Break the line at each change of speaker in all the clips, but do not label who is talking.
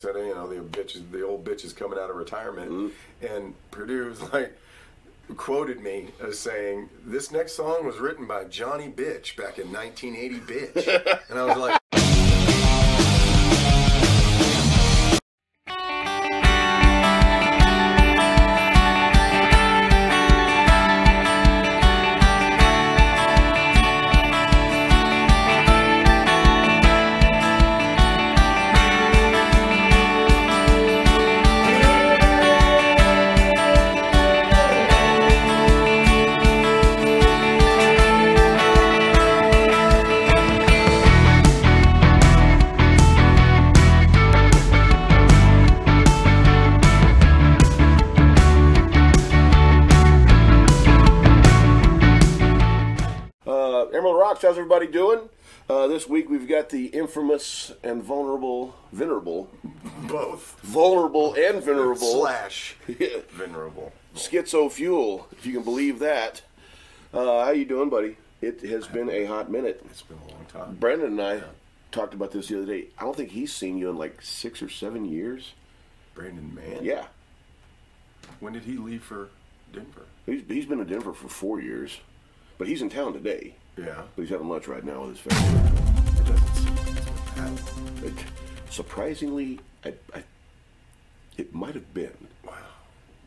said, you know, the bitches, the old bitch is coming out of retirement,
Mm-hmm.
and Purdue was like quoted me as saying, "This next song was written by Johnny Bitch back in 1980, bitch," and I was like.
Uh, Emerald Rocks, how's everybody doing? Uh, this week we've got the infamous and vulnerable, venerable,
both
vulnerable and venerable
slash venerable.
schizo fuel, if you can believe that. Uh, how you doing, buddy? It has been a hot minute.
It's been a long time.
Brandon and I talked about this the other day. I don't think he's seen you in like six or seven years.
Brandon Mann.
Yeah,
When did he leave for Denver?
he's, he's been in Denver for four years, but he's in town today.
Yeah.
He's having lunch right now with his family.
It doesn't seem like it's been that long.
It, surprisingly, I, I, it might have been.
Wow.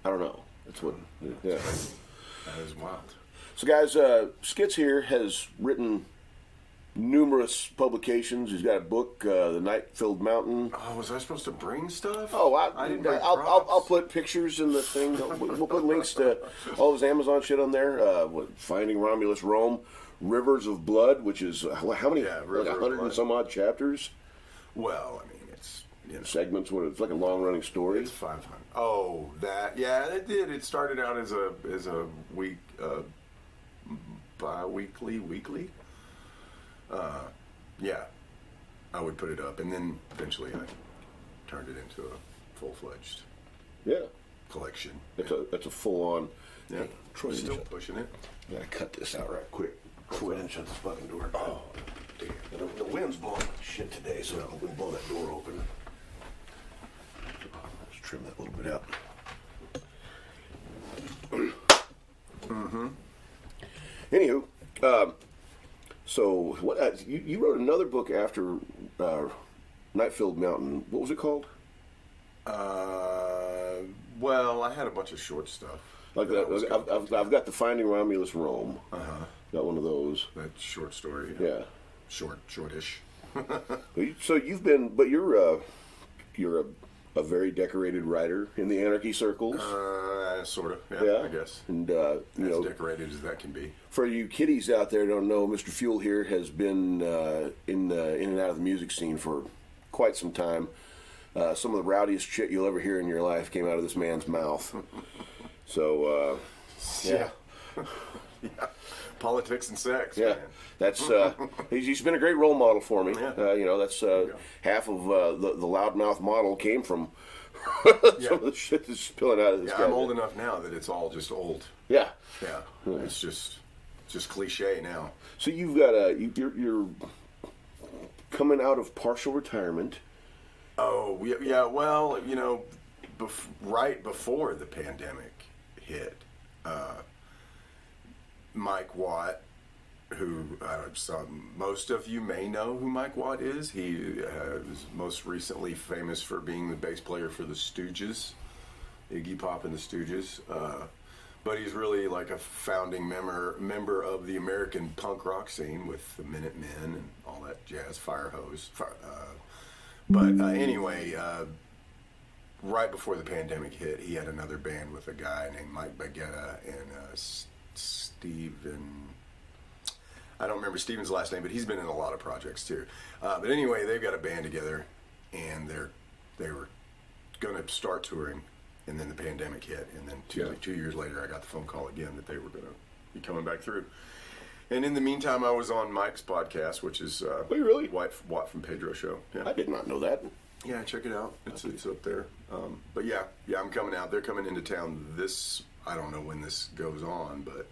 I don't know. That's what. Yeah.
That is wild.
So, guys, uh, Skits here has written numerous publications. He's got a book, uh, "The Night Filled Mountain."
Oh, was I supposed to bring stuff?
Oh, I,
didn't
will
bring
I'll,
props.
I'll put pictures in the thing. We'll we'll put links to all his Amazon shit on there. Uh, what, Finding Romulus, Rome, Rivers of Blood, which is uh, how how many?
Yeah, River
like a
of
hundred and
Blood.
some odd chapters,
Well, I mean, it's you know,
segments. What it's like a long-running story.
it's five hundred. Oh, that yeah, it did. It started out as a as a week, uh, bi-weekly, weekly. Uh, yeah, I would put it up, and then eventually I turned it into a full-fledged
Yeah,
collection.
that's a that's a full-on.
Yeah,
Troy,
still
you
pushing it.
gotta cut this out right quick.
Quit and shut this fucking door.
Oh, damn.
The, the wind's blowing shit today, so I'm gonna blow that door open. Let's trim that little bit out. Mm-hmm.
Anywho, um, so what uh, you, you wrote another book after uh, Nightfield Mountain. What was it called?
Uh, well, I had a bunch of short stuff.
Like
that I was
that, I've,
gonna-
I've, I've got the Finding Romulus Rome.
Uh-huh.
Got one of those.
that short story.
Yeah.
short, shortish.
Well, you- So you've been, but you're uh, you're a, a very decorated writer in the anarchy circles.
Uh, sort of. Yeah,
yeah,
I guess.
And uh, you
As
know,
decorated as that can be.
for you kiddies out there who don't know, Mr. Fuel here has been uh, in the in and out of the music scene for quite some time. Uh, some of the rowdiest shit you'll ever hear in your life came out of this man's mouth. So, uh, yeah,
Yeah. Politics and sex.
yeah,
man.
that's uh, he's, he's been a great role model for me.
Yeah.
Uh, you know, that's uh, half of uh, the the loudmouth model came from
Yeah.
some of the shit that's spilling out of this
Yeah,
guy.
I'm old enough now that it's all just old.
Yeah.
Yeah. It's just just cliche now.
So you've got a you, you're, you're coming out of partial retirement.
Oh, yeah, yeah well, you know, bef- right before the pandemic hit, uh, Mike Watt, who uh, some, most of you may know who Mike Watt is, he uh, was most recently famous for being the bass player for the Stooges, Iggy Pop and the Stooges. Uh, but he's really like a founding member member of the American punk rock scene with the Minutemen and all that jazz, Firehose. Fire, uh, but uh, anyway, uh, right before the pandemic hit, he had another band with a guy named Mike Baguetta and uh, S- Steven. I don't remember Steven's last name, but he's been in a lot of projects too. Uh, but anyway, they've got a band together, and they're they were going to start touring, and then the pandemic hit, and then two
Yeah.
two years later, I got the phone call again that they were going to be coming back through. And in the meantime, I was on Mike's podcast, which is uh,
Wait, really?
White Watt from Pedro show. Yeah.
I did not know that.
Yeah, check it out. It's, it's up there. Um, but yeah, yeah, I'm coming out. They're coming into town this. I don't know when this goes on, but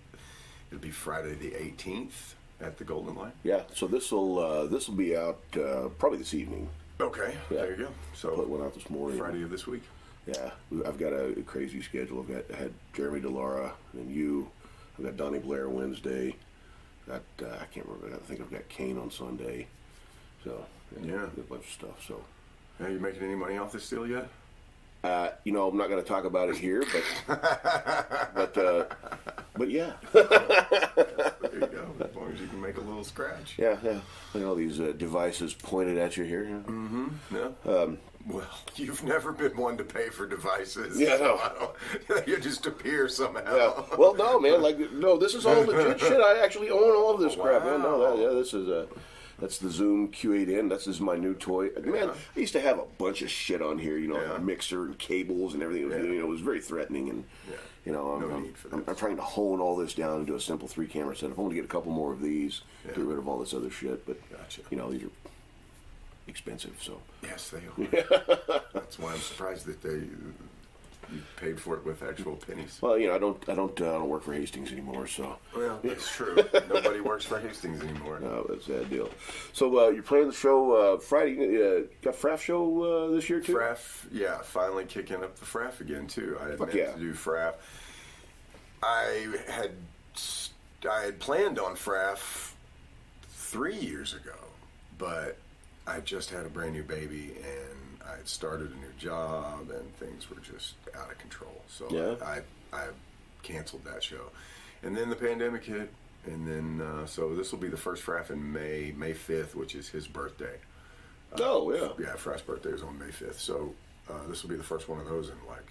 it'll be Friday the 18th at the Golden Line.
Yeah, so this will uh, this will be out uh, probably this evening.
Okay,
Yeah.
there you go.
Put
So
one out this morning.
Friday of this week.
Yeah, we- I've got a crazy schedule. I've got I had Jeremy Delara and you. I've got Donnie Blair Wednesday. Got uh, I can't remember. I think I've got Kane on Sunday. So
Yeah.
a bunch of stuff. So
Are you making any money off this deal yet?
uh, you know, I'm not going to talk about it here, but but uh, but yeah,
There you go. As long as you can make a little scratch.
yeah, yeah. Look at all these uh, devices pointed at you here. Yeah.
No. well, you've never been one to pay for devices.
Yeah,
so
no.
I don't, you just appear somehow.
Yeah. Well, no, man. Like, no, this is all legit shit. I actually own all of this crap, man. No, that, yeah, this is a. That's the Zoom Q8N. This is my new toy. Man, I used to have a bunch of shit on here, you know,
Yeah.
mixer and cables and everything. It was,
Yeah.
you know, it was very threatening, and
Yeah.
you know, I'm,
No
I'm,
need for
I'm,
this.
I'm trying to hone all this down into a simple three-camera setup. I want to get a couple more of these,
Yeah.
get rid of all this other shit. But
Gotcha.
you know, these are expensive, so
Yes, they are. That's why I'm surprised that they you paid for it with actual pennies.
well, you know, I don't, I don't, uh, I don't work for Hastings anymore, so.
Well, that's true. Nobody works for Hastings anymore.
No, that's a sad deal. So uh, you're playing the show uh, Friday. Uh, got Fraff show uh, this year too.
Fraff, yeah, finally kicking up the Fraff again too. I had
Fuck
meant
yeah.
to do Fraff. I had s- I had planned on Fraff three years ago, but I just had a brand new baby and I had started a new job and things were just out of control. So
Yeah.
I, I canceled that show, and then the pandemic hit, and then uh, so this will be the first Fraff in May May fifth, which is his birthday.
Oh yeah.
Yeah, Frack's birthday was on May 5th. So uh, this will be the first one of those in like,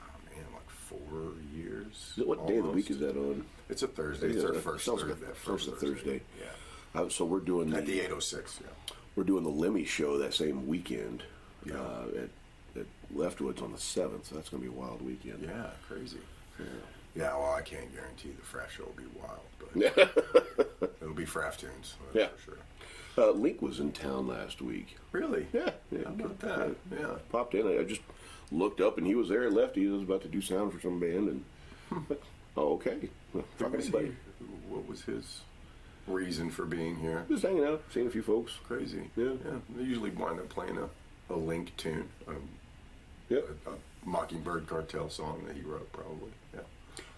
oh man, like four years.
Is it- What day of the week is
almost.
that on?
It's a Thursday. It's
Yeah,
our
that
first,
sounds
Thursday.
like-
that
sounds
first
like Thursday.
Yeah.
Uh, so we're doing
At
the,
the 806, yeah.
we're doing the Lemmy show that same weekend
Yeah.
uh, at, at Leftwoods on the seventh. So that's going to be a wild weekend.
Yeah, crazy. Yeah. well, I can't guarantee the Fraff show will be wild, but it'll be Fraff tunes. That's
Yeah.
for sure.
Uh, Link was in town last week.
Really?
Yeah. yeah
How about that? Yeah.
Popped in. I, I just looked up and he was there. I left. He was about to do sound for some band and. oh okay.
Who
Fuck
was he-
anybody.
what was his reason for being here?
Just hanging out, seeing a few folks.
Crazy.
Yeah.
They usually wind up playing a, a Link tune, a,
Yeah.
a Mockingbird Cartel song that he wrote, probably. Yeah.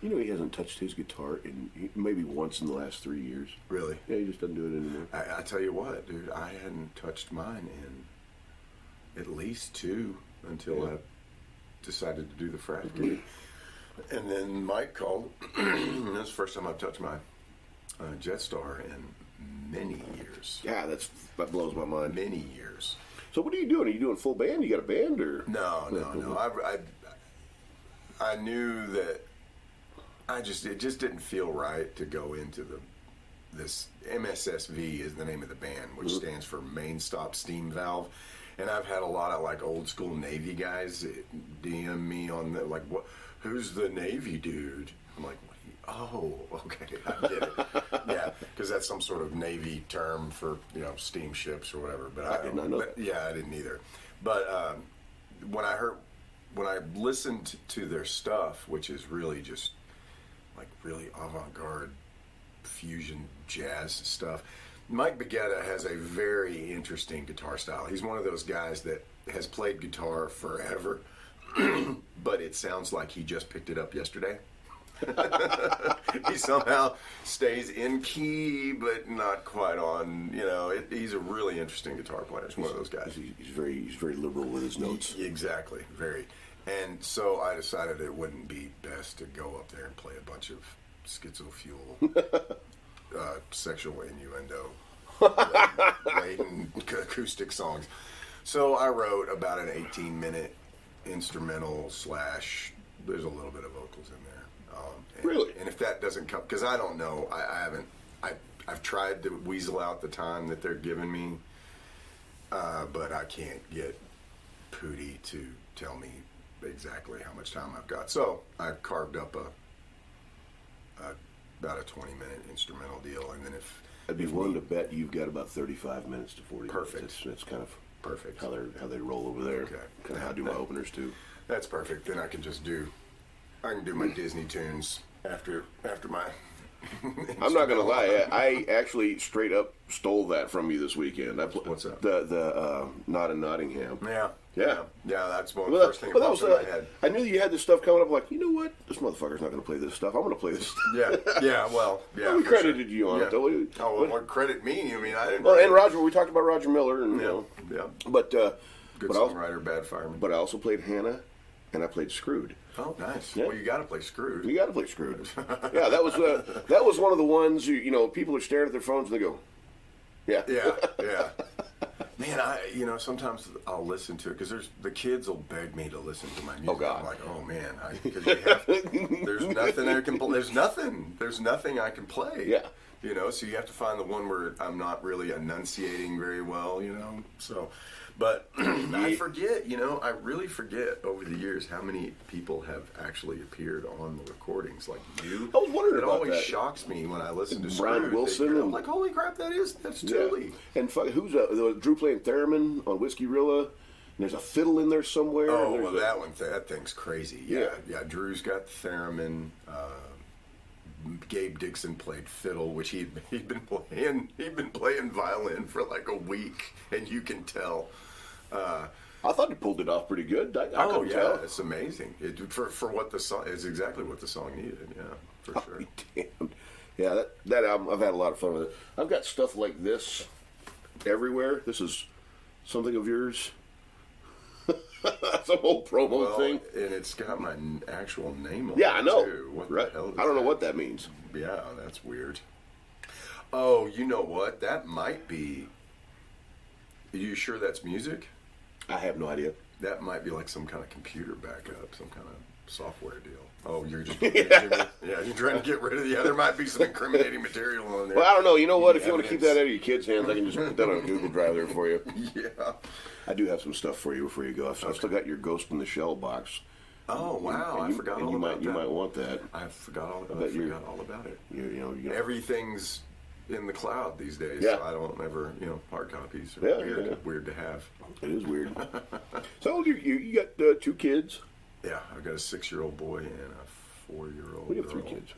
You know he hasn't touched his guitar in he- maybe once in the last three years.
Really?
Yeah, he just doesn't do it anymore.
I, I tell you what, dude, I hadn't touched mine in at least two until
Yeah.
I decided to do the frat gig. And then Mike called. That's the first time I've touched my uh, Jetstar in many years.
Yeah, that's that blows my mind.
Many years.
So what are you doing? Are you doing full band? You got a band or?
No, no, no. I, I, I knew that I just it just didn't feel right to go into the this MSSV is the name of the band, which
Mm-hmm.
stands for Main Stop Steam Valve. And I've had a lot of like old school Navy guys DM me on the like, what? Who's the Navy dude? I'm like, what? do you- Oh, okay, I get it. yeah, because that's some sort of Navy term for you know steamships or whatever. But I,
did not know
but-
that.
Yeah, I didn't either. But um, when I heard, when I listened to their stuff, which is really just like really avant-garde fusion jazz stuff. Mike Baguetta has a very interesting guitar style. He's one of those guys that has played guitar forever, but it sounds like he just picked it up yesterday. he somehow stays in key, but not quite on. You know, it, he's a really interesting guitar player. He's one of those guys.
He's, he's very he's very liberal with his notes.
Exactly, very. And so I decided it wouldn't be best to go up there and play a bunch of schizofuel, uh, sexual innuendo, laden acoustic songs. So I wrote about an 18 minute instrumental slash. There's a little bit of vocals in there. Um, and,
Really?
And if that doesn't come, because I don't know, I, I haven't. I I've tried to weasel out the time that they're giving me uh, but I can't get Pooty to tell me exactly how much time I've got. So I carved up a, a about a 20 minute instrumental deal, and then if
I'd be willing to bet you've got about thirty-five minutes to forty. minutes.
Perfect.
That's, that's kind of
Perfect.
how they how they roll over there.
Okay.
Kind of how I do my openers too.
that's perfect, then I can just do I can do my Disney tunes after after my
I'm not gonna lie. I, I actually straight up stole that from you this weekend. I pl-
What's that?
The the uh, not in Nottingham.
Yeah.
Yeah.
Yeah, that's one of the
Well,
first
that,
thing
well,
that
that
pops
was,
in my
uh,
head.
I knew you had this stuff coming up. Like, you know what? This motherfucker's not going to play this stuff. I'm going to play this. stuff.
Yeah, yeah, well, yeah.
we
for sure.
credited you on it,
Yeah.
though. We-
oh, well, what credit me? I mean, I didn't.
Well, and Roger, we talked about Roger Miller, and you
Yeah,
know,
yeah.
but uh,
Good
but, I also,
songwriter, bad fireman.
but I also played Hannah, and I played Screwed.
oh, nice.
Yeah.
Well, you got to play Screwed.
You got to play Screwed. yeah, that was uh, that was one of the ones you you know people are staring at their phones and they go, yeah,
yeah, yeah. Man, I you know sometimes I'll listen to it because there's the kids will beg me to listen to my music.
God.
I'm like, oh man, I, 'cause you have to- there's nothing I can. pl- There's nothing. There's nothing I can play.
Yeah.
You know, so you have to find the one where I'm not really enunciating very well. You know, so, but I forget. You know, I really forget over the years how many people have actually appeared on the recordings. Like you,
I was wondering
it
about
always
that.
shocks me when I listen to
Brian
Screwed.
Wilson
They- I'm
and-
like, holy crap, that is that's
Yeah.
Tully.
And fuck, who's uh, there was Drew playing theremin on Whiskey Rilla? And there's a fiddle in there somewhere. and
Oh
there's
well,
a-
that one that thing's crazy. Yeah,
Yeah.
yeah. Drew's got the theremin. Uh, Gabe Dixon played fiddle, which he'd he'd been playing he'd been playing violin for like a week, and you can tell. Uh,
I thought he pulled it off pretty good. I, I
oh
couldn't
yeah,
tell.
it's amazing. It, for for what the song is exactly what the song needed. Yeah, for
Oh,
sure.
Damn. Yeah, that, that album, I've had a lot of fun with it. I've got stuff like this everywhere. This is something of yours. Some old promo
Well,
thing.
and it's got my n- actual name on
Yeah,
it
I know.
too. What
right?
the hell? Is
I don't know
that?
what that means.
Yeah, that's weird. Oh, you know what? That might be. Are you sure that's music?
I have no idea.
That might be like some kind of computer backup, some kind of software deal. Oh, you're just yeah. you're trying to get rid of the. Yeah, there might be some incriminating material on there.
Well, I don't know. You know what? If you want to keep
Evidence.
that out of your kids' hands, I can just put that on a Google Drive there for you.
yeah.
I do have some stuff for you before you go. I've, I've still got your Ghost in the Shell box.
Oh wow,
And
I
you-
forgot
and
all
you
about
might, You
that.
might want that.
I forgot all. I
bet you-
forgot all about it.
You, you know, you
Everything's in the cloud these days.
Yeah.
So I don't ever, you know, hard copies are
Yeah, yeah,
weird,
yeah.
weird to have.
It is weird. so you you, you got uh, two kids.
Yeah, I've got a six-year-old boy and a four-year-old.
We have three
girl.
kids.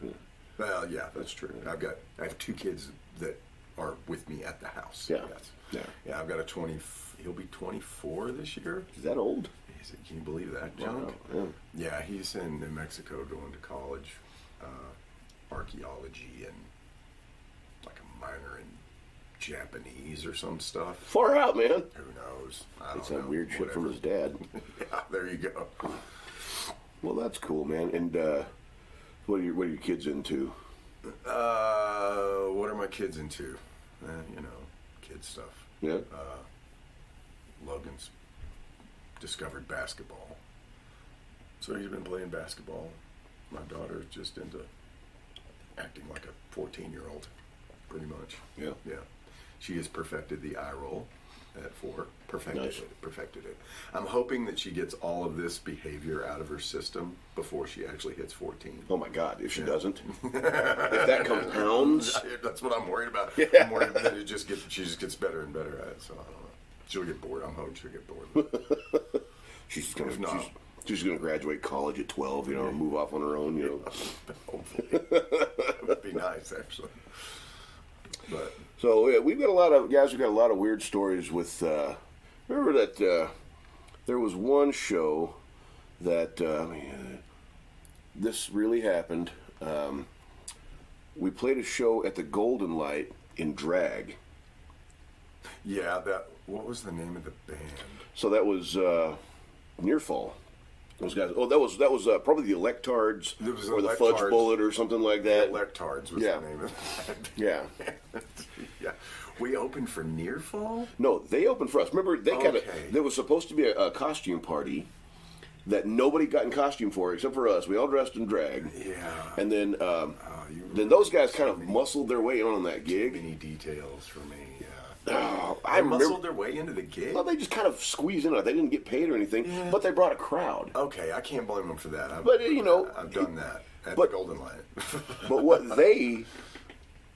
Well, yeah, that's true. I've got I have two kids that are with me at the house.
Yeah.
Yes.
Yeah.
Yeah, I've got a twenty. He'll be twenty four this year.
Is that old?
He's, can you believe that,
Wow,
John?
yeah.
Yeah, he's in New Mexico going to college, uh, archaeology and like a minor in Japanese or some stuff.
Far out, man.
Who knows? I don't
That's
know.
some weird shit from
Whatever.
his dad.
Yeah, there you go.
Well, that's cool, man. And uh, what are your what are your kids into?
Uh, what are my kids into? Eh, you know, kid stuff.
Yeah.
Logan's discovered basketball. So he's been playing basketball. My daughter's just into acting like a 14 year old, pretty much.
Yeah.
Yeah. She has perfected the eye roll at four. Perfected
Nice.
it. Perfected it. I'm hoping that she gets all of this behavior out of her system before she actually hits 14.
Oh my God! If she doesn't, if that compounds,
That's what I'm worried about. I'm worried that it just gets, she just gets better and better at it. So I don't know. She'll get bored. I'm hoping she'll get bored. with it.
she's gonna
If not-
she's, she's gonna graduate college at twelve, you know, and move off on her own, you know.
Hopefully. that would be nice, actually. But
So yeah, we've got a lot of guys. We've got a lot of weird stories with. Uh, remember that uh, there was one show that uh, I mean, uh, this really happened. Um, we played a show at the Golden Light in drag.
yeah, that. What was the name of the band?
So that was uh, Nearfall. Those guys. Oh, that was that was uh, probably the Electards
It was the
or the Fudge
Electards.
Bullet or something like that.
Electards was
Yeah.
the name of that.
yeah.
yeah. We opened for Nearfall?
No, they opened for us. Remember, they kind of
Okay.
there was supposed to be a, a costume party that nobody got in costume for except for us. We all dressed in drag,
Yeah.
and then um,
Oh, you
then those guys kind of muscled their way in on that gig.
many details for me. Yeah.
Oh, I
I muscled
remember.
their way into the gig.
Well, they just kind of squeezed in. on it. They didn't get paid or anything, but they brought a crowd.
Okay, I can't blame them for that. I've,
But, you know,
I've done that at
but-
the Golden Lion.
But what they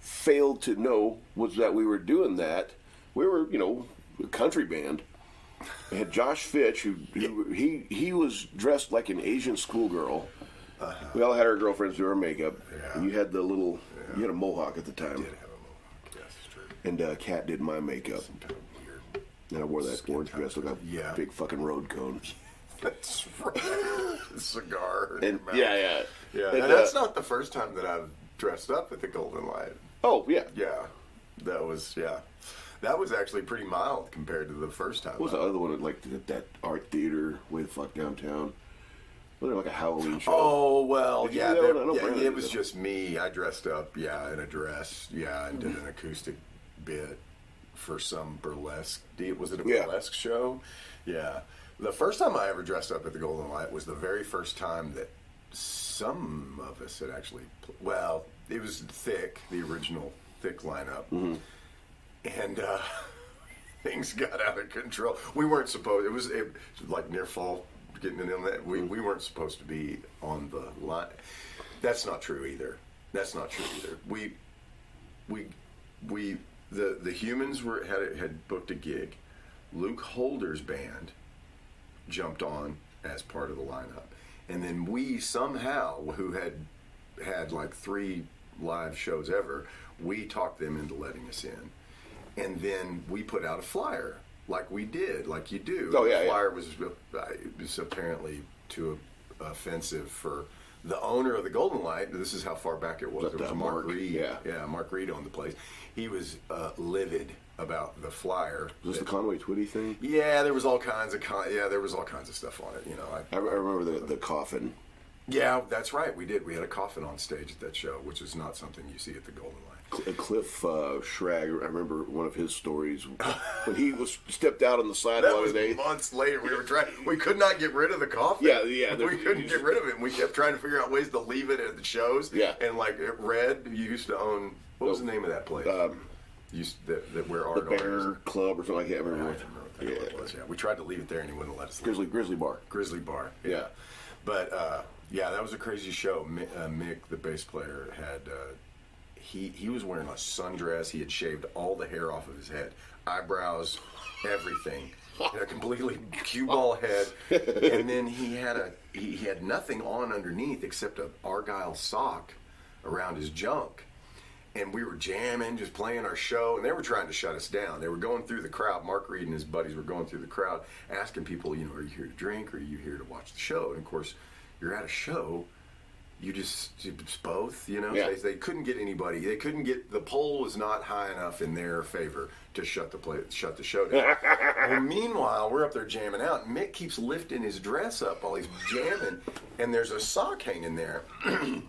failed to know was that we were doing that. We were, you know, a country band. We had Josh Fitch, who, who he he was dressed like an Asian schoolgirl. We all had our girlfriends do our makeup.
Uh-huh. Yeah.
And you had the little
have.
You had a mohawk at the
I
time,
did have a mohawk. Yes, it's true.
and uh, Kat did my makeup,
Some kind of weird.
and I wore that orange dress with a
Yeah.
big fucking road cone.
That's right. Cigar. in
And
your mouth.
yeah, yeah,
Yeah,
And,
and that's
uh,
not the first time that I've dressed up at the Golden Light.
Oh yeah.
Yeah, that was yeah, that was actually pretty mild compared to the first time.
What was the other one at like that, that art theater way the fuck downtown? Was there like a Halloween show?
Oh well,
Did you
yeah,
do that
that-
one? I don't
yeah,
remember
it was
that.
just me. I dressed up, yeah, in a dress, yeah, and did an acoustic bit for some burlesque. de- Was it a
Yeah.
burlesque show? Yeah. The first time I ever dressed up at the Golden Light was the very first time that some of us had actually. Pl- well, it was thick, the original thick lineup,
Mm-hmm.
and. uh things got out of control. We weren't supposed. It was it, was like near fall, getting in on that. We we weren't supposed to be on the line. That's not true either. That's not true either. We we we the the humans were had had booked a gig. Luke Holder's band jumped on as part of the lineup, and then we somehow who had had like three live shows ever, we talked them into letting us in, and then we put out a flyer like we did, like you do.
Oh, yeah,
the
yeah.
flyer was uh, it was apparently too offensive for. The owner of the Golden Light, this is how far back it was.
That-
It was
that
Mark
Mark,
Reed.
yeah.
Yeah, Mark Reed owned uh, the place. He was uh, livid about the flyer.
was this the Conway Twitty thing?
yeah, there was all kinds of con- yeah, there was all kinds of stuff on it. You know, I,
I, I remember the, the coffin.
yeah, that's right. We did. We had a coffin on stage at that show, which is not something you see at the Golden Line.
Cl- Cliff uh, Schrag, I remember one of his stories when he was stepped out on the
That
sidewalk
was
and they
months later. We were trying. We could not get rid of the coffin.
Yeah, yeah, there-
We couldn't get rid of it. And we kept trying to figure out ways to leave it at the shows.
Yeah.
And like at Red, you used to own. What was the name of that place? Um, used that, that where
the
Art owned it.
Bear Club or something like that. I
I
remember.
don't remember what the hell it
Yeah.
was. Yeah, we tried to leave it there and he wouldn't let us. leave.
Grizzly Grizzly Bar.
Grizzly Bar.
Yeah.
But uh, yeah, that was a crazy show. Mi- uh, Mick, the bass player, had uh, he he was wearing a sundress. He had shaved all the hair off of his head, eyebrows, everything. Had a completely cue ball head, and then he had a he, he had nothing on underneath except an argyle sock around his junk and we were jamming, just playing our show, and they were trying to shut us down. They were going through the crowd. Mark Reed and his buddies were going through the crowd, asking people, you know, are you here to drink or are you here to watch the show? And of course, you're at a show. You just it's both, you know.
Yeah.
They, they couldn't get anybody. They couldn't get the poll was not high enough in their favor to shut the play, shut the show down. Well, meanwhile, we're up there jamming out. and Mick keeps lifting his dress up while he's jamming, and there's a sock hanging there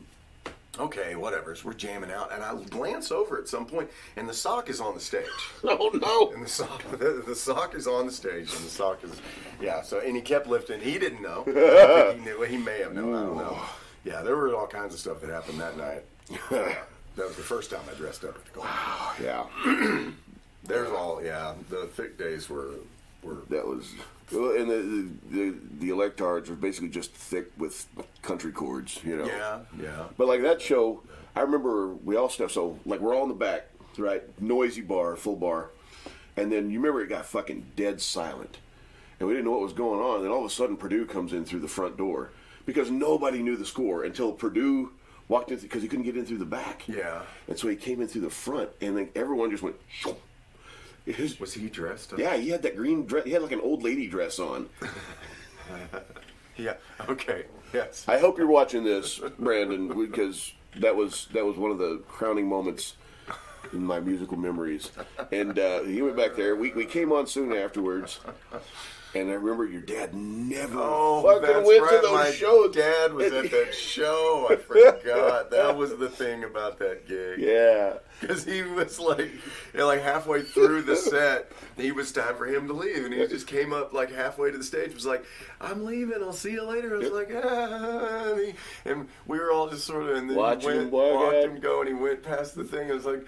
okay, whatever. So we're jamming out, and I glance over at some point, and the sock is on the stage.
Oh no!
And the sock, the, the sock is on the stage, and the sock is, yeah. So and he kept lifting. He didn't know. I think he knew. He may have known. I don't know. Yeah, there were all kinds of stuff that happened that night. Yeah, that was the first time I dressed up at the Golden.
Yeah,
There's all. Yeah, the thick days were were.
that was. well, And the the, the electards were basically just thick with country chords, you know.
Yeah, yeah.
But like that show, I remember we all stepped. So like we're all in the back, right? Noisy bar, full bar, and then you remember it got fucking dead silent, and we didn't know what was going on. Then all of a sudden, Purdue comes in through the front door because nobody knew the score until Purdue walked in because he couldn't get in through the back.
Yeah.
and so he came in through the front, and then everyone just went. "Shoo." It was-
Was he dressed? Up?
yeah, he had that green dress. He had like an old lady dress on.
Yeah. Okay. Yes.
I hope you're watching this, Brandon, because that was that was one of the crowning moments in my musical memories. And uh, he went back there. We we came on soon afterwards, and I remember your dad never fucking went to those
Oh, My
shows.
dad was
And-
at that show. I forgot. that was the thing about that gig.
Yeah,
Because he was like, you know, like halfway through the set, he was time for him to leave, and he just came up like halfway to the stage, was like, "I'm leaving. I'll see you later." I was like, "Ah," and, he- and we were all just sort of, and then
Watching
he went,
him walk
watched
out.
him go, and he went past the thing. I was like.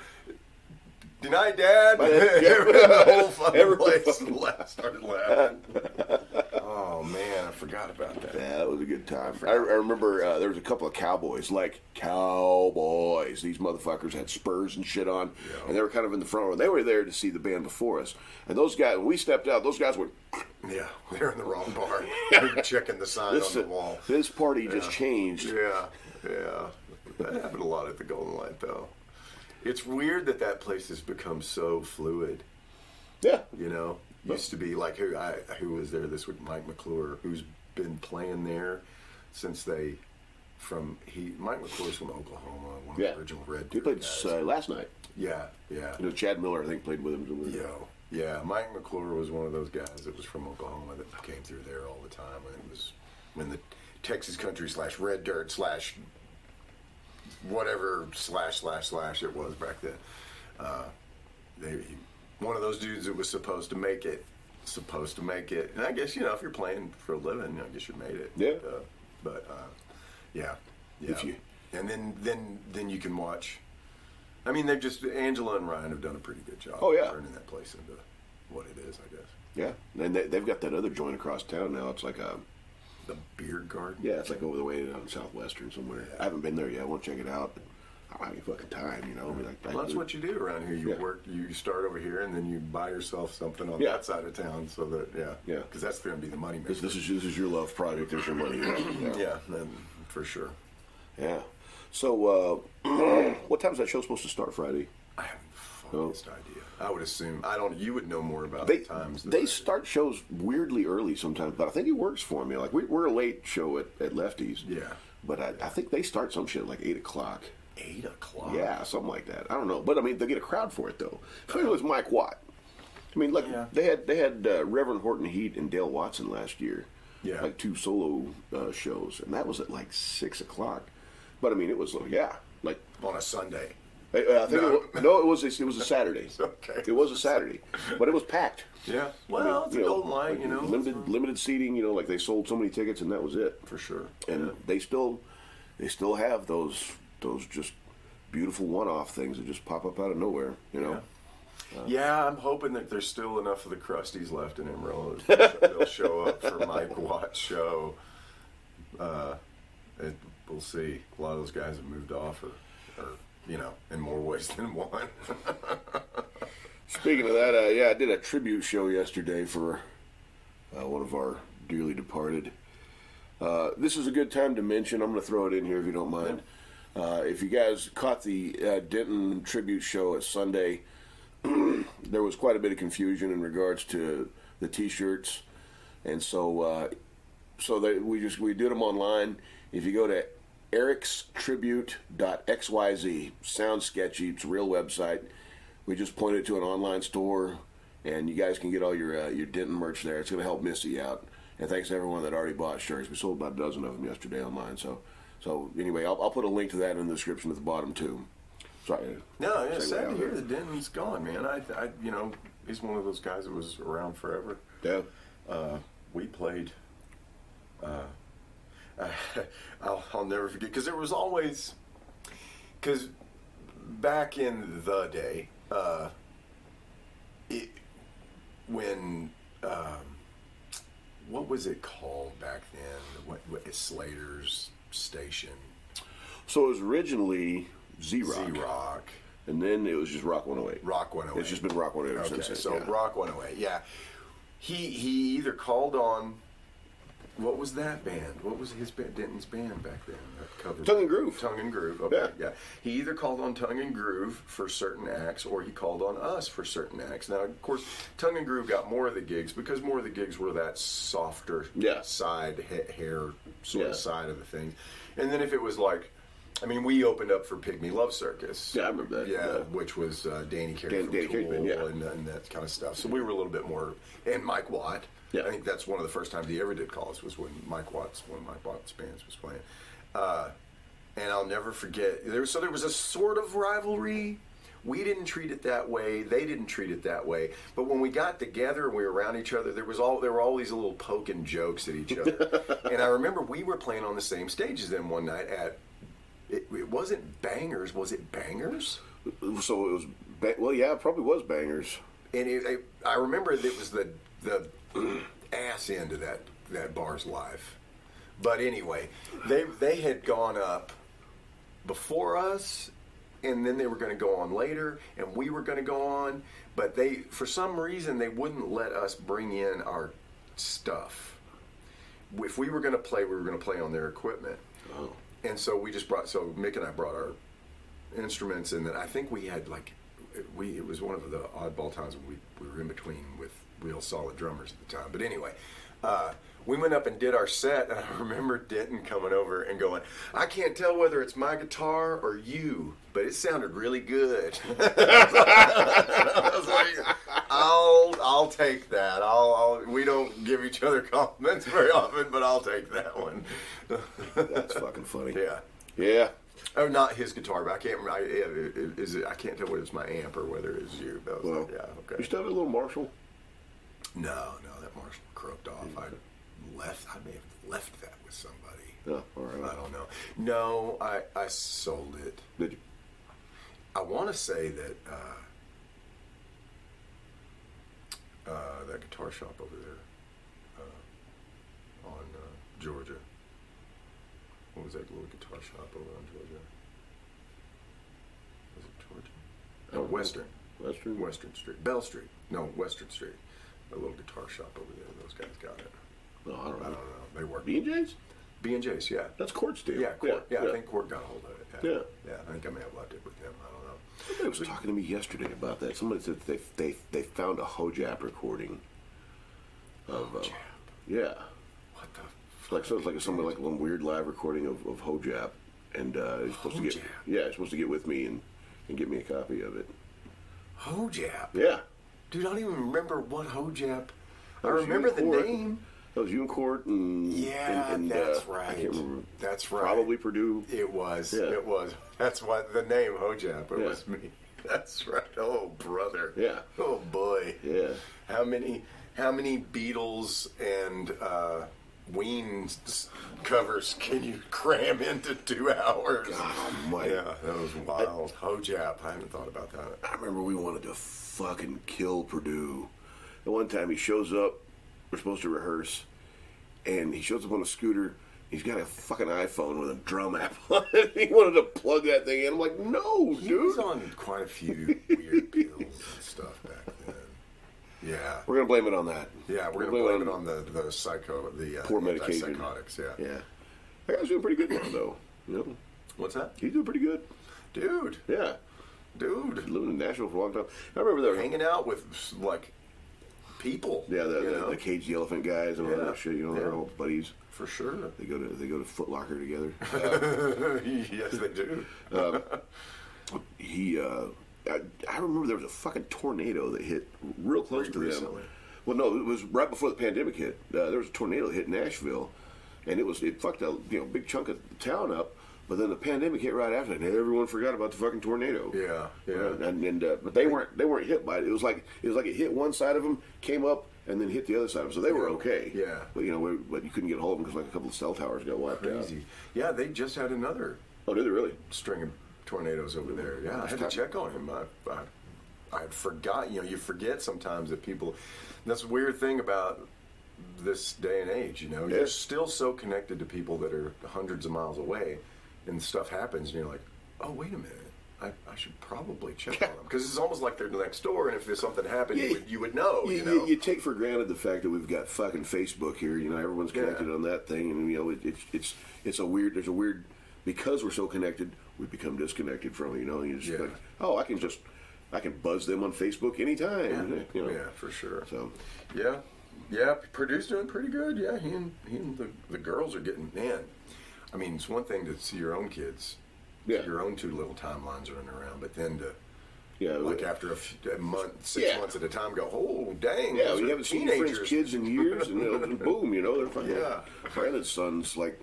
Deny, Dad.
But-
the whole fucking
Everyone
place
fucking
la- started laughing. oh man, I forgot about that.
yeah, that was a good time. I, I remember uh, there was a couple of cowboys, like cowboys. These motherfuckers had spurs and shit on, and they were kind of in the front row. They were there to see the band before us, and those guys. When we stepped out, those guys went.
Yeah, they're in the wrong bar. They're checking the sign
This,
on the wall.
this party just changed.
Yeah, yeah. That happened a lot at the Golden Light, though. It's weird that that place has become so fluid.
Yeah.
You know, used to be like who I who was there this week, Mike McClure, who's been playing there since they from he Mike McClure's from Oklahoma, one of
Yeah.
the original Red
He
Deer
played
guys.
uh, last night.
yeah, yeah,
You know, Chad Miller, I think, played with him.
yo, yeah. Mike McClure was one of those guys that was from Oklahoma that came through there all the time when it was when the Texas country slash red dirt slash whatever slash slash slash it was back then. Uh, they, he- one of those dudes that was supposed to make it, supposed to make it. And I guess you know if you're playing for a living, I guess you made it.
Yeah.
Uh, but uh, yeah, yeah.
If you-
and then then then you can watch. I mean, they've just Angela and Ryan have done a pretty good job.
Oh, yeah.
of turning that place into what it is, I guess.
Yeah. And they, they've got that other joint across town now. It's like a,
The Beard Garden.
yeah, it's like over the way down in Southwestern somewhere. I haven't been there yet. I want to check it out. But I don't have any fucking time, you know. Be Like,
Well, that's what you do around here. You
Yeah.
work, you start over here, and then you buy yourself something on
Yeah.
that side of town, so that yeah,
Yeah.
because that's going to be the money
This,
maker.
this is this is your love project. There's your money. yeah.
Yeah, then for sure.
Yeah. So, uh, what time is that show supposed to start Friday?
I have the funniest idea. I would assume I don't. You would know more about
Oh. They
the times. than I
they
do.
start shows weirdly early sometimes, but I think it works for me. Like we, we're a late show at, at Lefty's.
Yeah.
But I, I think they start some shit at like eight o'clock.
eight o'clock.
Yeah, something like that. I don't know, but I mean they get a crowd for it though. Especially with Mike Watt. I mean, like
Yeah.
they had they had uh, Reverend Horton Heat and Dale Watson last year.
Yeah.
Like two solo uh, shows, and that was at like six o'clock. But I mean, it was yeah, like
on a Sunday.
I, I think
No.
no. It was, no, it was a, it was a Saturday.
Okay.
It was a Saturday, but it was packed.
Yeah.
I mean,
Well, it's a
you know,
golden line,
like,
you know.
Limited limited seating, you know, like they sold so many tickets and that was it.
for sure.
And they still they still have those those just beautiful one off things that just pop up out of nowhere, you know.
yeah, I'm hoping that there's still enough of the crusties left in Amarillo. that They'll show up for Mike Watt's show. Uh, it, we'll see. A lot of those guys have moved off, or, or you know, in more ways than one.
Speaking of that, uh, yeah, I did a tribute show yesterday for uh, one of our dearly departed. Uh, this is a good time to mention. I'm going to throw it in here if you don't mind. Uh, if you guys caught the uh, Denton tribute show at Sunday, there was quite a bit of confusion in regards to the T-shirts, and so uh, so they, we just we did them online. If you go to ericstribute.xyz, sounds sketchy. It's a real website. We just pointed to an online store, and you guys can get all your uh, your Denton merch there. It's going to help Missy out. And thanks to everyone that already bought shirts. We sold about a dozen of them yesterday online. So so anyway, I'll, I'll put a link to that in the description at the bottom too. Sorry.
No, yeah,
Segue
sad to
out
hear
there.
that Denton's gone, man. I, I, you know, he's one of those guys that was around forever.
Yeah.
Uh, we played. Uh, I'll, I'll never forget because there was always, because back in the day, uh, it when um, what was it called back then? What, what Slater's station?
So it was originally Z Rock,
Z Rock.
and then it was just Rock 108.
Rock 108.
It's just been Rock 108
Okay,
since then.
so
yeah.
Rock 108, yeah. He he either called on what was that band? What was his band, Denton's band back then? That covered
Tongue and Groove.
Tongue and Groove. Okay, yeah.
Yeah.
He either called on Tongue and Groove for certain acts, or he called on us for certain acts. Now, of course, Tongue and Groove got more of the gigs because more of the gigs were that softer
Yeah.
side ha- hair sort
Yeah.
of side of the thing. And then if it was like, I mean, we opened up for Pygmy Love Circus.
Yeah, I remember that.
Yeah,
Yeah.
which was uh, Danny Carey
Dan-
from
Danny
Tool
Kaufman, yeah.
and, and that kind of stuff. So we were a little bit more, and Mike Watt.
Yeah.
I think that's one of the first times he ever did calls was when Mike Watt's one of Mike Watt's bands was playing. Uh, and I'll never forget. There was, so there was a sort of rivalry. We didn't treat it that way. They didn't treat it that way. But when we got together and we were around each other, there was all there were all these little poking jokes at each other. and I remember we were playing on the same stage as them one night at. It, it wasn't bangers, was it bangers?
So it was, ba- well, yeah, it probably was Bangers.
and it, it, I remember that it was the the ass end of that that bar's life. But anyway, they they had gone up before us, and then they were going to go on later, and we were going to go on. But they, for some reason, they wouldn't let us bring in our stuff. If we were going to play, we were going to play on their equipment.
Oh.
and so we just brought so Mick and I brought our instruments, and then I think we had like we it was one of the oddball times when we, we were in between with real solid drummers at the time. But anyway, uh, we went up and did our set, and I remember Denton coming over and going, "I can't tell whether it's my guitar or you, but it sounded really good." I was like, "I'll I'll take that. I'll, I'll we don't give each other compliments very often, but I'll take that one."
That's fucking funny.
yeah.
Yeah.
Oh, not his guitar, but I can't. I, it- it- is it, I can't tell whether it's my amp or whether it's you. But I was
Well,
like, yeah,
You
okay.
still have a little Marshall?
No, no, that Marshall croaked off. I left. I may have left that with somebody.
No. All right.
I don't know. No, I I sold it.
Did you?
I want to say that uh, uh, that guitar shop over there uh, on uh, Georgia. What was that little guitar shop over on Georgia? Was it Georgia? No, Western.
Western.
Western Street. Bell Street. No, Western Street. A little guitar shop over there. Those guys got it.
No, I don't
I don't
know.
know. They work.
BJ's?
B and J's. Yeah.
That's Court's deal.
Yeah, Court. Yeah, I think Court got a hold of it.
Yeah.
Yeah, I think I may have left it with him. I don't know.
Somebody was talking to me yesterday about that. Somebody said they they they found a Hojap recording of
Oh.
uh, yeah,
What the?
It's like so it's like somebody like some weird live recording of, of Hojap, and uh, he's supposed to
Hojap.
get yeah, he's supposed to get with me and and get me a copy of it.
Hojap.
Yeah,
Dude, I don't even remember what Hojap. I
That was you
remember
and
the
Court.
name.
That was you and Court and
Yeah,
and- and,
that's
uh,
right.
I can't remember.
That's right.
Probably Purdue.
It was.
Yeah.
It was. That's what the name Hojap. It
Yeah.
was me. That's right. Oh brother.
Yeah.
Oh boy.
Yeah.
How many? How many Beatles and uh, Ween s- covers can you cram into two hours?
almighty.
yeah, that was wild. Hojap. I haven't thought about that.
I remember we wanted to fucking kill Purdue. At one time, he shows up. We're supposed to rehearse, and he shows up on a scooter. He's got a fucking iPhone with a drum app on it. He wanted to plug that thing in. I'm like, no,
He
dude.
was on quite a few weird pills and stuff back then. Yeah.
We're gonna blame it on that.
Yeah, we're gonna blame it on the the psycho the uh,
um, poor medication.
antipsychotics. Yeah.
Yeah, that guy's doing pretty good now, though. You know,
What's that,
he's doing pretty good.
dude?
Yeah,
Dude,
living in Nashville for a long time. I remember there.
hanging out with like people.
yeah, the,
you
the,
know?
the caged elephant guys and all
Yeah.
that shit. You know, they're
Yeah.
all buddies.
for sure.
They go to they go to Foot Locker together.
yes, they do.
he uh, I, I remember there was a fucking tornado that hit real close
Re-
to them.
recently.
Well, no, it was right before the pandemic hit. Uh, there was a tornado that hit Nashville, and it was it fucked a you know big chunk of the town up. But then the pandemic hit right after, and everyone forgot about the fucking tornado.
Yeah, yeah.
And, and, and, uh, but they weren't they weren't hit by it. It was like it was like it hit one side of them, came up, and then hit the other side of them. So they were okay.
Yeah.
But you know, we, but you couldn't get a hold of them because like a couple of cell towers got wiped out.
Crazy. Yeah, they just had another
Oh, did they really?
string of tornadoes over there. Yeah, I had to check on him. I, I, I had forgot. You know, you forget sometimes that people. That's the weird thing about this day and age. You know,
Yeah.
you're still so connected to people that are hundreds of miles away, and stuff happens, and you're like, oh wait a minute. I, I should probably check on them because it's almost like they're next door, and if there's something happened,
Yeah,
you, would, you would know.
You,
You,
you-
know,
you take for granted the fact that we've got fucking Facebook here. You know, everyone's connected
Yeah.
on that thing, and you know, it, it's it's it's a weird. There's a weird because we're so connected, we become disconnected from it. You know, and you just
Yeah.
like, oh, I can just I can buzz them on Facebook anytime.
yeah.
You know,
yeah, for sure.
so
Yeah, yeah. Purdue's doing pretty good. Yeah, he and he and the, the girls are getting in. I mean, it's one thing to see your own kids,
Yeah.
your own two little timelines running around, but then to
Oh, yeah,
like
we-
after a, few, a month, six
Yeah.
months at a time, go, oh dang,
yeah,
those
we
are
haven't seen your
teenagers.
friends' kids in years, and you know, boom, you know, they're fucking.
Yeah.
Brandon's son's like,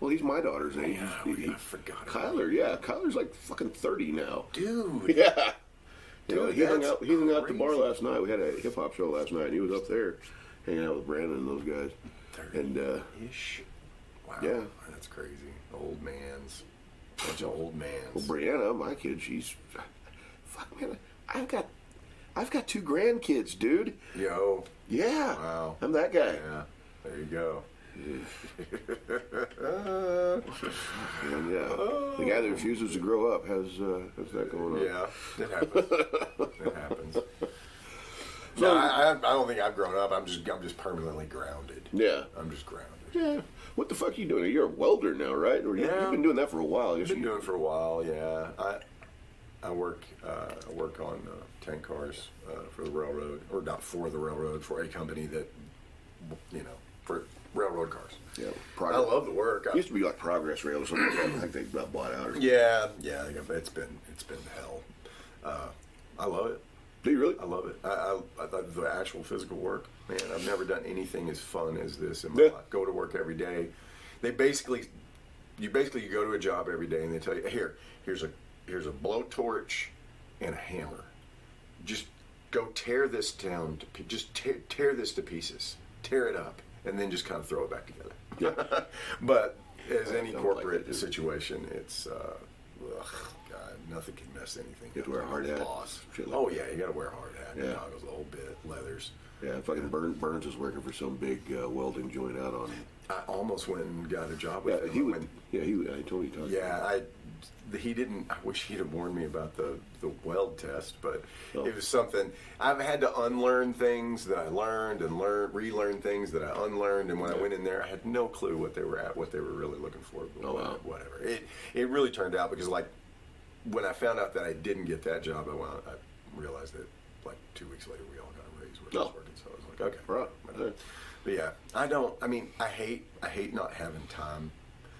well, he's my daughter's age.
Yeah,
He-
we-
he-
I forgot about
Kyler, yeah, Kyler's like fucking thirty now.
dude.
Yeah. You know,
Dude,
he hung
that's
out. He hung out at the bar
crazy.
last night. We had a hip hop show last night, and he was up there hanging out with Brandon and those guys. And uh,
Ish. Wow.
Yeah.
that's crazy. Old man's bunch of old mans.
Brianna, my kid, she's fuck man. I've got, I've got two grandkids, dude.
Yo.
Yeah.
Wow.
I'm that guy.
Yeah. There you go.
And yeah, the guy that refuses to grow up has uh, has that going on.
Oh. Yeah, it happens. it happens. No, I, I, I don't think I've grown up. I'm just I'm just permanently grounded.
Yeah.
I'm just grounded.
yeah, what the fuck are you doing? You're a welder now, right? Or you,
Yeah.
have been doing that for a while.
I've been doing it for a while. Yeah, I I work uh, I work on uh, tank cars uh, for the railroad, or not for the railroad, for a company that you know for railroad cars.
Yeah,
I
progress.
love the work.
It
I,
used to be like Progress Rail or something like that. I think they got bought out. Or something.
yeah, yeah, it's been it's been hell. Uh, I love it.
Do you really?
I love it. I, I, I love the actual physical work. Man, I've never done anything as fun as this in my
Yeah.
life. Go to work every day. They basically, you basically go to a job every day and they tell you, here, here's a here's a blowtorch and a hammer. Just go tear this down. To, pe- just tear, tear this to pieces. Tear it up and then just kind of throw it back together.
Yeah.
but as any
don't like
corporate
that, dude.
situation, it's. Uh, ugh, God, nothing can mess anything.
You have to wear a
up.
hard hat,
Boss.
shit like
Oh
that.
yeah, you gotta wear a hard hat,
Yeah.
yeah. goggles, the whole bit, leathers.
Yeah, fucking Burn, Burns was working for some big uh, welding joint out on.
I almost went and got a job with
Yeah,
him.
he
I
would.
went-
Yeah, he would. I told you. Talk
yeah, I. He didn't. I wish he'd have warned me about the the weld test, but
Oh.
it was something. I've had to unlearn things that I learned and learn, relearn things that I unlearned. And when I went in there, I had no clue what they were at, what they were really looking for. But
Oh, wow.
whatever. It it really turned out because like when I found out that I didn't get that job, I went. I realized that like two weeks later, we all got a raise where I was
Oh.
working. So I was like, okay,
Right.
whatever. But yeah, I don't. I mean, I hate. I hate not having time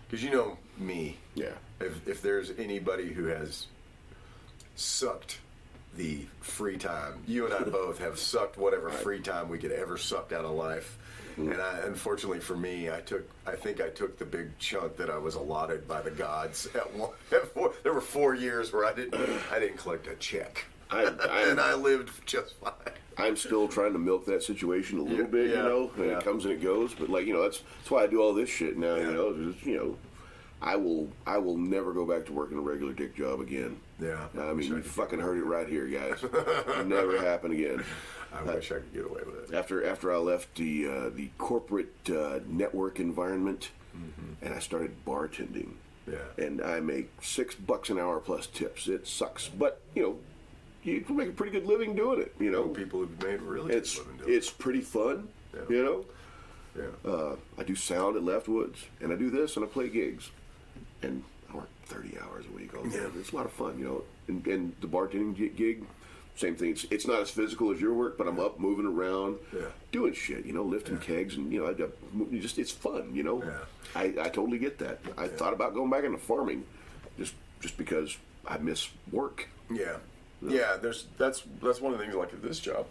because you know me.
Yeah.
If if there's anybody who has sucked the free time, you and I both have sucked whatever free time we could ever sucked out of life. And I, unfortunately for me, I took. I think I took the big chunk that I was allotted by the gods. At one, at four, there were four years where I didn't. I didn't collect a check,
I- I-
and I lived just fine.
I'm still trying to milk that situation a little
Yeah,
bit, you
yeah,
know. And
yeah.
it comes and it goes, but like you know, that's that's why I do all this shit now. You
Yeah.
know, is just, you know, I will I will never go back to working a regular dick job again.
Yeah.
I mean, you fucking heard it right here, guys. never happen again.
I wish I could get away with it.
after after I left the uh, the corporate uh, network environment, and I started bartending.
Yeah.
And I make six bucks an hour plus tips. It sucks, but you know, you can make a pretty good living doing it. You know,
People have made really
it's
good living doing
it's pretty fun.
Yeah.
You know,
it. Yeah.
uh, I do sound at Leftwoods, and I do this, and I play gigs, and I work thirty hours a week. All
Yeah.
yeah. it's a lot of fun, you know. And, and the bartending gi- gig, same thing. It's, it's not as physical as your work, but I'm up moving around,
Yeah.
doing shit, you know, lifting kegs, and you know, I, do- you just it's fun, you know.
Yeah.
I, I totally get that. I thought about going back into farming, just just because I miss work.
Yeah, yeah. There's that's that's one of the things like at this job.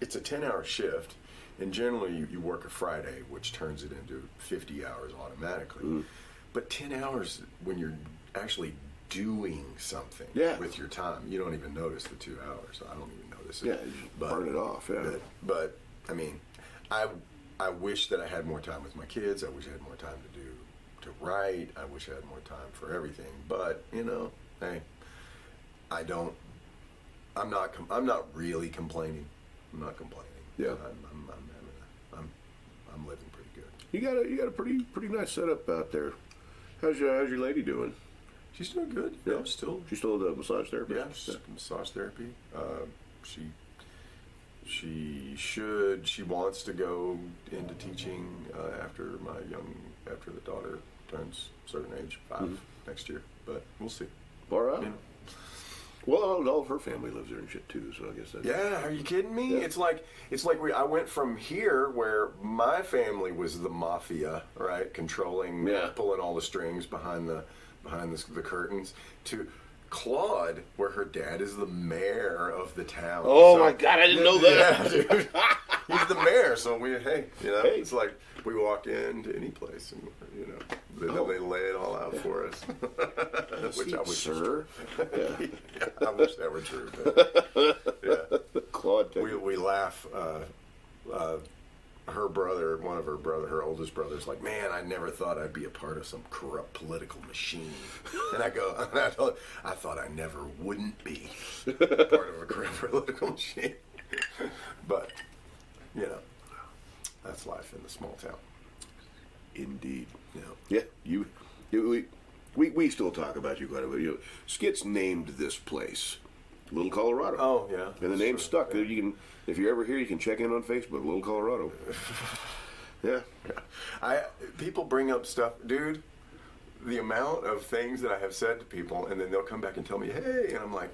It's a ten-hour shift, and generally you, you work a Friday, which turns it into fifty hours automatically.
Mm.
But ten hours when you're actually doing something
Yeah.
with your time, you don't even notice the two hours. I don't even notice it.
Yeah, you just
But-
burn it off. Yeah.
but, but I mean, I I wish that I had more time with my kids. I wish I had more time to do to write. I wish I had more time for everything. But you know, hey, I don't. I'm not. Com- I'm not really complaining. I'm not complaining.
Yeah.
I'm. I'm. I'm, having a, I'm, I'm living pretty good.
You got a you got a pretty pretty nice setup out there. How's your how's your lady doing?
She's doing good.
Yeah.
Yeah. still.
She's still the massage
Yeah.
therapist.
She's massage therapy. Uh, she. She should. She wants to go into teaching uh, after my young. After the daughter turns certain age, 5 next year. But we'll see.
All right.
Yeah.
Well, all, all of her family lives there and shit too, so I guess that's
Yeah, are you kidding me? It's like it's like we, I went from here where my family was the mafia, right, controlling,
Yeah.
pulling all the strings behind the behind the, the curtains, to Claude, where her dad is the mayor of the town. So-
Oh, god, I didn't know
Yeah, dude. He's the mayor, so we hey, you know,
Hey.
it's like we walk into any place and you know they, they lay it all out for us, which I wish,
sir. yeah.
I wish that were true. But, yeah
Claude
we, we laugh. Uh, uh, her brother, one of her brother, her oldest brother's like, man, I never thought I'd be a part of some corrupt political machine. And I go, and I, told, I thought I never wouldn't be part of a corrupt political machine. but you know, that's life in the small town.
indeed.
You know,
Yeah, you, you we, we we still talk about you quite a bit. You know, Skits named this place Little Colorado.
Oh, yeah,
And the
that's
name
true.
stuck. You can if you're ever here you can check in on Facebook, Little Colorado. Yeah.
I people bring up stuff, dude. The amount of things that I have said to people, and then they'll come back and tell me, "Hey," and I'm like,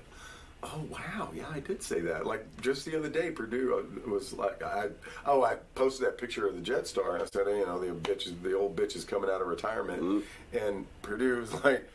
"Oh wow, yeah, I did say that." Like just the other day, Purdue uh, was like, "I oh, I posted that picture of the Jet Star, and I said, hey, you know, the bitch is, the old bitch is coming out of retirement," and Purdue was like.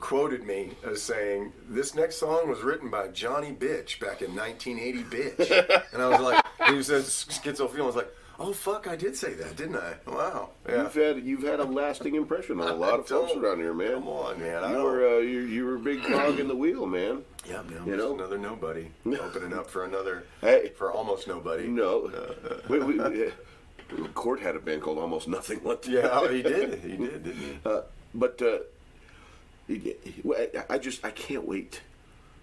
Quoted me as saying, "This next song was written by Johnny Bitch back in 1980, Bitch," and I was like, "He says schizophrenia." I was like, "Oh fuck, I did say that, didn't I? Wow, yeah."
You've had you've had a lasting impression on a lot of folks
Don't-
around here, man.
Come on, man. I
You
don't-
were uh, you, you were a big cog in the wheel, man.
Yeah, man,
You
just
know?
another nobody opening up for another
Hey.
for almost nobody.
No, we, we, we, uh, court had a band called Almost Nothing. What? the-
Yeah, oh, he did. He did, didn't he?
Uh, but uh, it- it- I just I can't wait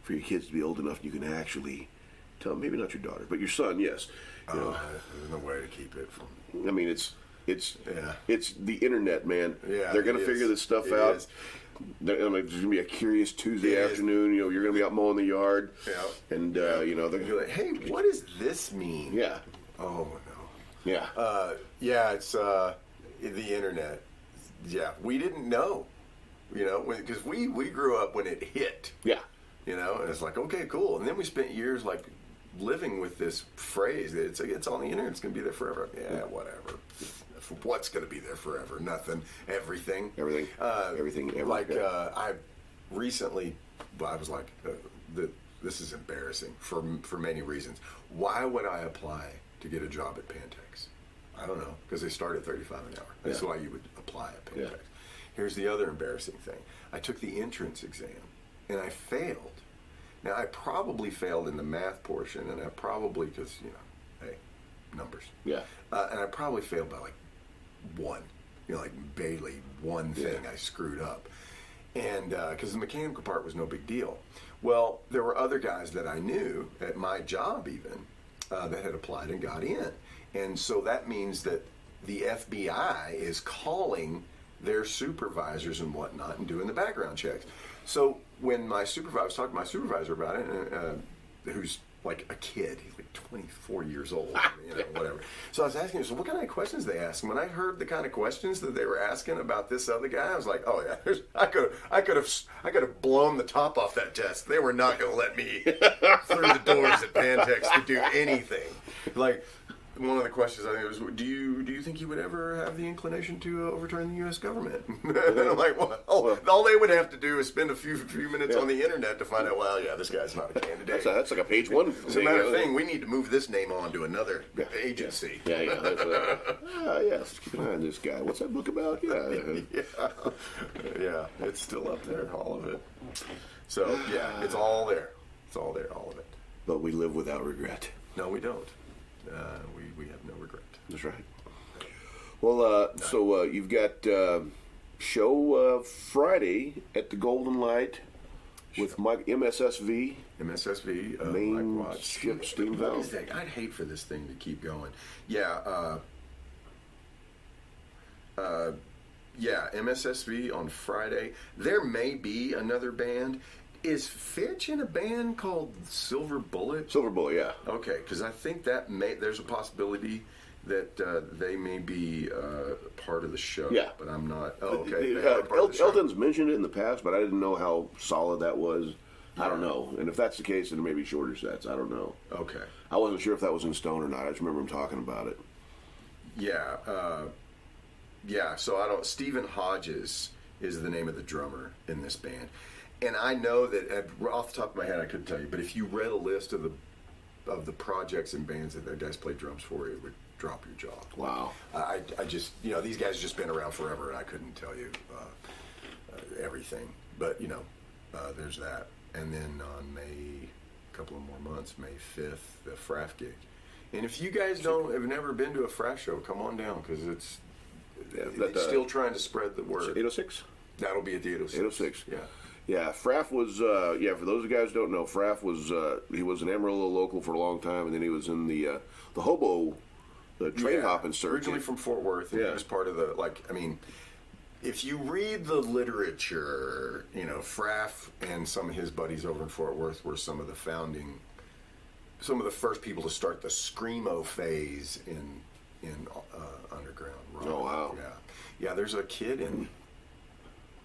for your kids to be old enough you can actually tell maybe not your daughter but your son yes you know,
Oh, there's no way to keep it from.
I mean it's it's
Yeah.
it's the internet man
Yeah,
they're gonna
it
figure
is.
this stuff
It
out
is.
They're- I mean, there's gonna be a curious Tuesday
It is.
afternoon you know you're gonna be out mowing the yard
Yeah.
and uh, you know they're
You're like, hey, what does this mean?
yeah
Oh
yeah
no. Uh, yeah, it's uh, the internet. Yeah, we didn't know, you know, because we we grew up when it hit.
yeah
you know and it's like okay cool and then we spent years like living with this phrase that it's, it's on the internet it's going to be there forever yeah whatever what's going to be there forever nothing everything Uh,
Everything. Everything, every-
like
yeah.
uh, i recently well, i was like uh, the, this is embarrassing for for many reasons why would i apply to get a job at pantex i don't know because they start at 35 an hour that's
Yeah.
why you would apply at pantex
Yeah.
Here's the other embarrassing thing. I took the entrance exam and I failed. Now I probably failed in the math portion and I probably because, you know, hey, numbers.
yeah
Uh, and I probably failed by like one, you know, like barely one thing I screwed up. And because the mechanical part was no big deal. Well, there were other guys that I knew at my job even uh, that had applied and got in. And so that means that the FBI is calling their supervisors and whatnot and doing the background checks. So when my supervisor, I was talking to my supervisor about it, and, uh, who's like a kid, he's like 24 years old, you know, whatever. So I was asking him, so what kind of questions they ask? And when I heard the kind of questions that they were asking about this other guy, I was like, oh yeah, there's, I could, I could have, I could have blown the top off that test. They were not going to let me through the doors at Pantex to do anything. Like one of the questions I think was, do you do you think you would ever have the inclination to uh, overturn the U.S. government? and I'm like, well, all they would have to do is spend a few few minutes on the internet to find out. Well, yeah, this guy's not a candidate.
so that's like a page one
As a matter of thing, we need to move this name on to another agency.
yeah yeah that's, uh, ah, yes let's keep an eye on this guy what's that book about yeah
yeah, yeah, it's still up there, all of it. So yeah, it's all there. It's all there, all of it.
but we live without regret.
No, we don't. Uh, we we have no regret.
That's right. Well, uh, so uh, you've got uh, show uh, Friday at the Golden Light with Mike MSSV.
MSSV, uh,
Main
Black Watch.
ship steam
What is
valve.
that? I'd hate for this thing to keep going. Yeah, uh, uh, yeah. MSSV on Friday. There may be another band. Is Fitch in a band called Silver Bullet?
Silver Bull, yeah.
Okay, because I think that may there's a possibility that uh, they may be uh, part of the show.
Yeah.
but I'm not. Oh, okay.
Uh,
They are part of the
El-
show.
Elton's mentioned it in the past, but I didn't know how solid that was. I don't know. And if that's the case, then maybe shorter sets. I don't know.
Okay.
I wasn't sure if that was in Stone or not. I just remember him talking about it.
Yeah, uh, yeah. So I don't. Stephen Hodges is the name of the drummer in this band, and I know that uh, off the top of my head I couldn't tell you, but if you read a list of the of the projects and bands that their guys played drums for, it would drop your jaw.
Wow.
I, I just, you know, these guys have just been around forever, and I couldn't tell you uh, uh, everything. But you know, uh, there's that. And then on May, a couple of more months, May fifth, the Fraff gig. And if you guys don't have never been to a Fraff show, come on down because it's,
that,
it's
uh,
still trying to spread the word.
806?
That'll be at the 806.
806.
Yeah.
Yeah, Fraff was uh, yeah. For those guys who don't know, Fraff was uh, he was an Amarillo local for a long time, and then he was in the uh, the hobo, the train
Yeah.
hopping circuit.
Originally from Fort Worth, and
Yeah.
he was part of the like. I mean, if you read the literature, you know, Fraff and some of his buddies over in Fort Worth were some of the founding, some of the first people to start the screamo phase in in uh, underground rock.
Oh, wow.
Yeah, yeah. There's a kid in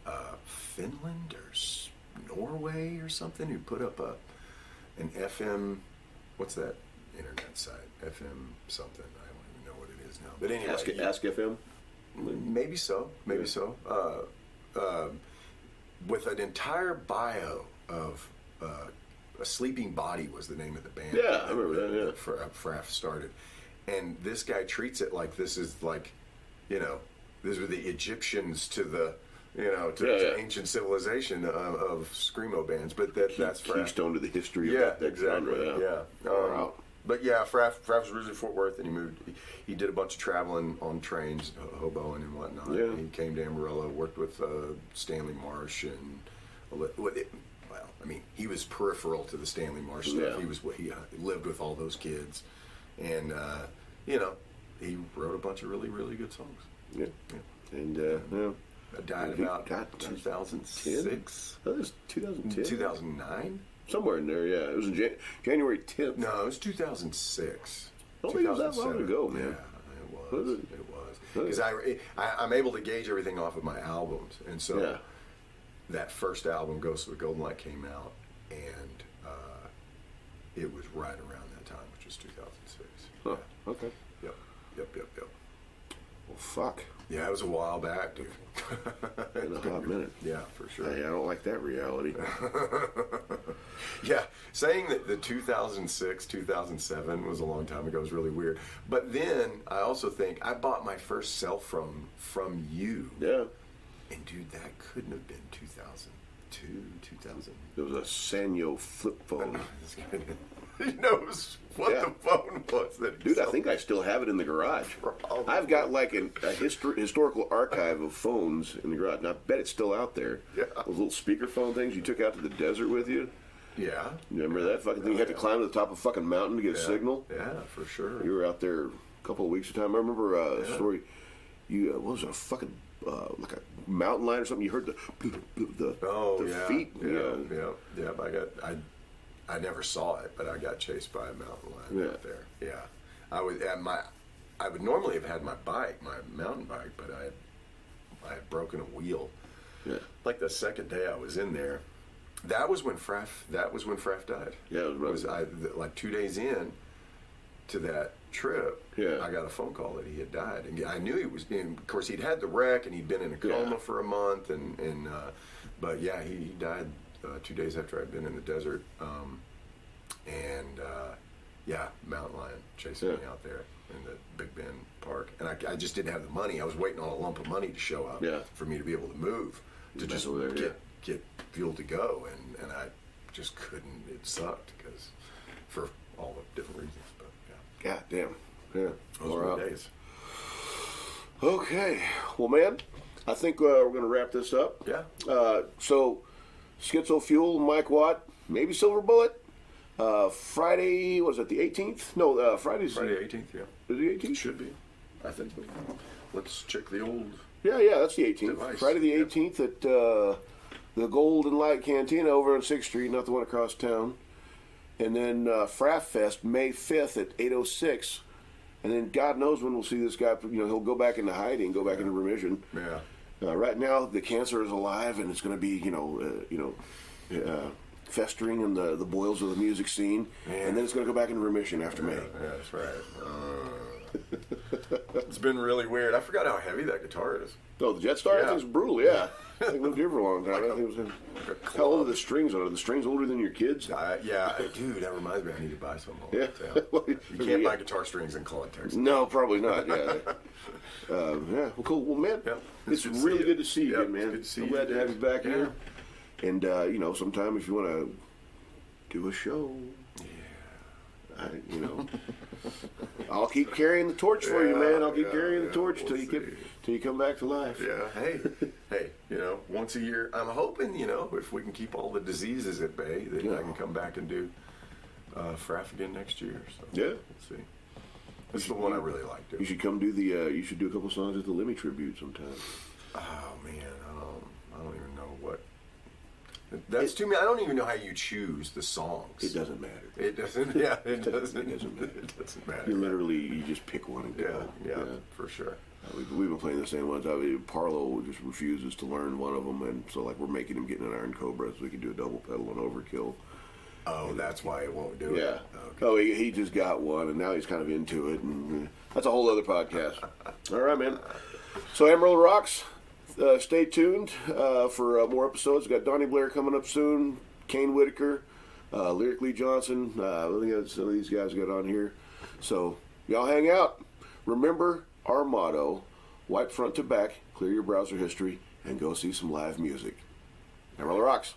uh, Finland or S- Norway or something who put up a an FM. What's that internet site? FM something. I don't even know what it is now. But anyway,
Ask,
you-
ask FM.
Maybe so. Maybe
Yeah.
so. Uh, um with an entire bio of uh, a sleeping body was the name of the band.
Yeah, I remember that, yeah.
Fra- Fraff started, and this guy treats it like this is like, you know, these were the Egyptians to the. You know, to,
Yeah,
to
yeah.
ancient civilization of, of screamo bands, but that, that's Fraff.
Keystone to the history.
Yeah,
of that, that
exactly.
genre,
yeah.
Far
Um,
out.
but yeah, Fraff, Fraff was originally Fort Worth, and he moved. He, he did a bunch of traveling on trains, ho- hoboing and whatnot.
Yeah.
And he came to Amarillo, worked with uh, Stanley Marsh, and a li- well, it- well, I mean, he was peripheral to the Stanley Marsh stuff.
Yeah.
He was he uh, lived with all those kids, and uh, you know, he wrote a bunch of really really good songs.
Yeah.
Yeah.
And uh, yeah.
I died
He
about
died
2006,
That was 2010.
2009.
Somewhere in there, yeah. It was in Jan- January 10th.
No, it was 2006.
Don't think it was that long
2007.
ago, man.
Yeah, it
Was
was.
it?
It was.
Was
Because
it?
I, I, I'm able to gauge everything off of my albums. And so
Yeah.
that first album, Ghosts of the Golden Light, came out, and uh, it was right around that time, which was 2006.
Huh. Okay.
Yep, yep, yep, yep.
Well, fuck.
Yeah, it was a while back, dude.
In a hot minute.
yeah, for sure.
Hey, I don't like that reality.
Yeah, saying that the 2006, 2007 was a long time ago is really weird. But then I also think I bought my first cell phone from you.
yeah.
And dude, that couldn't have been 2002, 2000.
It was a Sanyo flip phone.
He knows what
Yeah.
the phone was that
Dude, I think I still have it in the garage.
Probably.
I've got like an, a histor- historical archive of phones in the garage, and I bet it's still out there.
Yeah.
Those little speakerphone things you took out to the desert with you.
Yeah.
You remember that fucking thing? You had to climb to the top of a fucking mountain to get a
Yeah.
signal.
Yeah, for sure.
You were out there a couple of weeks of time. I remember uh, a
Yeah.
story. You uh, what was it, a fucking uh, like a mountain lion or something. You heard the bloop, bloop, the,
Oh
the
yeah,
feet.
Yeah,
you know.
yeah, yeah. but I got I, I never saw it, but I got chased by a mountain lion
Yeah.
out there. Yeah, I would at my, I would normally have had my bike, my mountain bike, but I, had, I had broken a wheel.
yeah,
Like the second day I was in there, that was when Fraff. That was when Fraff died.
Yeah, it was right-
was I th- like two days in to that trip.
Yeah.
I got a phone call that he had died, and I knew he was. And of course, he'd had the wreck, and he'd been in a coma
Yeah.
for a month, and and uh, but yeah, he, he died uh, two days after I'd been in the desert, um, and uh, yeah, mountain lion chasing me
Yeah.
out there in the Big Bend Park, and I, I just didn't have the money. I was waiting on a lump of money to show up
Yeah.
for me to be able to move to
Back
just
over there,
get
yeah.
get fuel to go, and and I just couldn't. It sucked because for all the different reasons, but yeah,
God damn. Yeah,
those
Far
were
out.
the days.
Okay, well, man, I think uh, we're gonna wrap this up.
Yeah.
Uh, so, Schizo Fuel, Mike Watt, maybe Silver Bullet. Uh, Friday was it the 18th? No, uh, Friday's
Friday eighteenth, yeah,
the 18th.
it should be. I think. Let's check the old.
Yeah, yeah, that's the 18th.
Device.
Friday the
Yep.
18th at uh, the Golden Light Cantina over on 6th Street, not the one across town. And then uh, Fraff Fest, May 5th at 8.06. And then God knows when we'll see this guy. You know, he'll go back into hiding, go back into remission.
Yeah.
Uh, right now, the cancer is alive, and it's going to be, you know, uh, you know, uh, festering in the, the boils of the music scene. And then it's going to go back into remission after May.
Yeah, that's right. Uh, it's been really weird. I forgot how heavy that guitar is.
Oh, the Jetstar? I
Yeah.
think it's brutal, yeah. I think it lived here for a long time. I think it was,
Like a
how old are the strings on it? Are the strings older than your kids?
Uh, yeah, dude, that reminds me. I need to buy some more.
Yeah.
you can't buy guitar strings in Collin, Texas.
No, probably not, yeah. um, yeah, well, cool. Well, man,
Yep.
it's
It's good to see
really
you.
good to see you,
Yep,
again, man.
good to see
I'm
you.
glad to have you back
Yeah.
here. And, uh, you know, sometime if you want to do a show. I, you know, I'll keep carrying the torch for you,
Yeah,
man. I'll keep
yeah,
carrying the
yeah,
torch till
we'll
you get,
see.
till you come back to life.
Yeah. Hey, hey, you know, once a year. I'm hoping, you know, if we can keep all the diseases at bay, that
Yeah.
I can come back and do uh, Fraff again next year. So
Yeah.
we'll see. That's the one I really like
You
doing.
should come do the. Uh, you should do a couple songs at the Lemmy tribute sometime.
Oh man, I don't, I don't even know what. That's too many. I don't even know how you choose the songs.
It doesn't matter.
It doesn't. Yeah, it doesn't.
doesn't matter.
It doesn't matter.
You literally you just pick one and
Yeah,
go.
yeah, for sure.
We, Uh, we've been playing the same ones. I mean, Parlo just refuses to learn one of them, and so like we're making him get an Iron Cobra so we can do a double pedal on Overkill.
Oh, that's why it won't do
Yeah.
it. Okay.
Oh, he, he just got one, and now he's kind of into it, and uh, that's a whole other podcast. All right, man. So Emerald Rocks. Uh, stay tuned uh, for uh, more episodes. We've got Donnie Blair coming up soon. Kane Whitaker, uh, Lyric Lee Johnson. Uh, I think that's- some of these guys got on here. So y'all hang out. Remember our motto: wipe front to back, clear your browser history, and go see some live music. Emerald Rocks.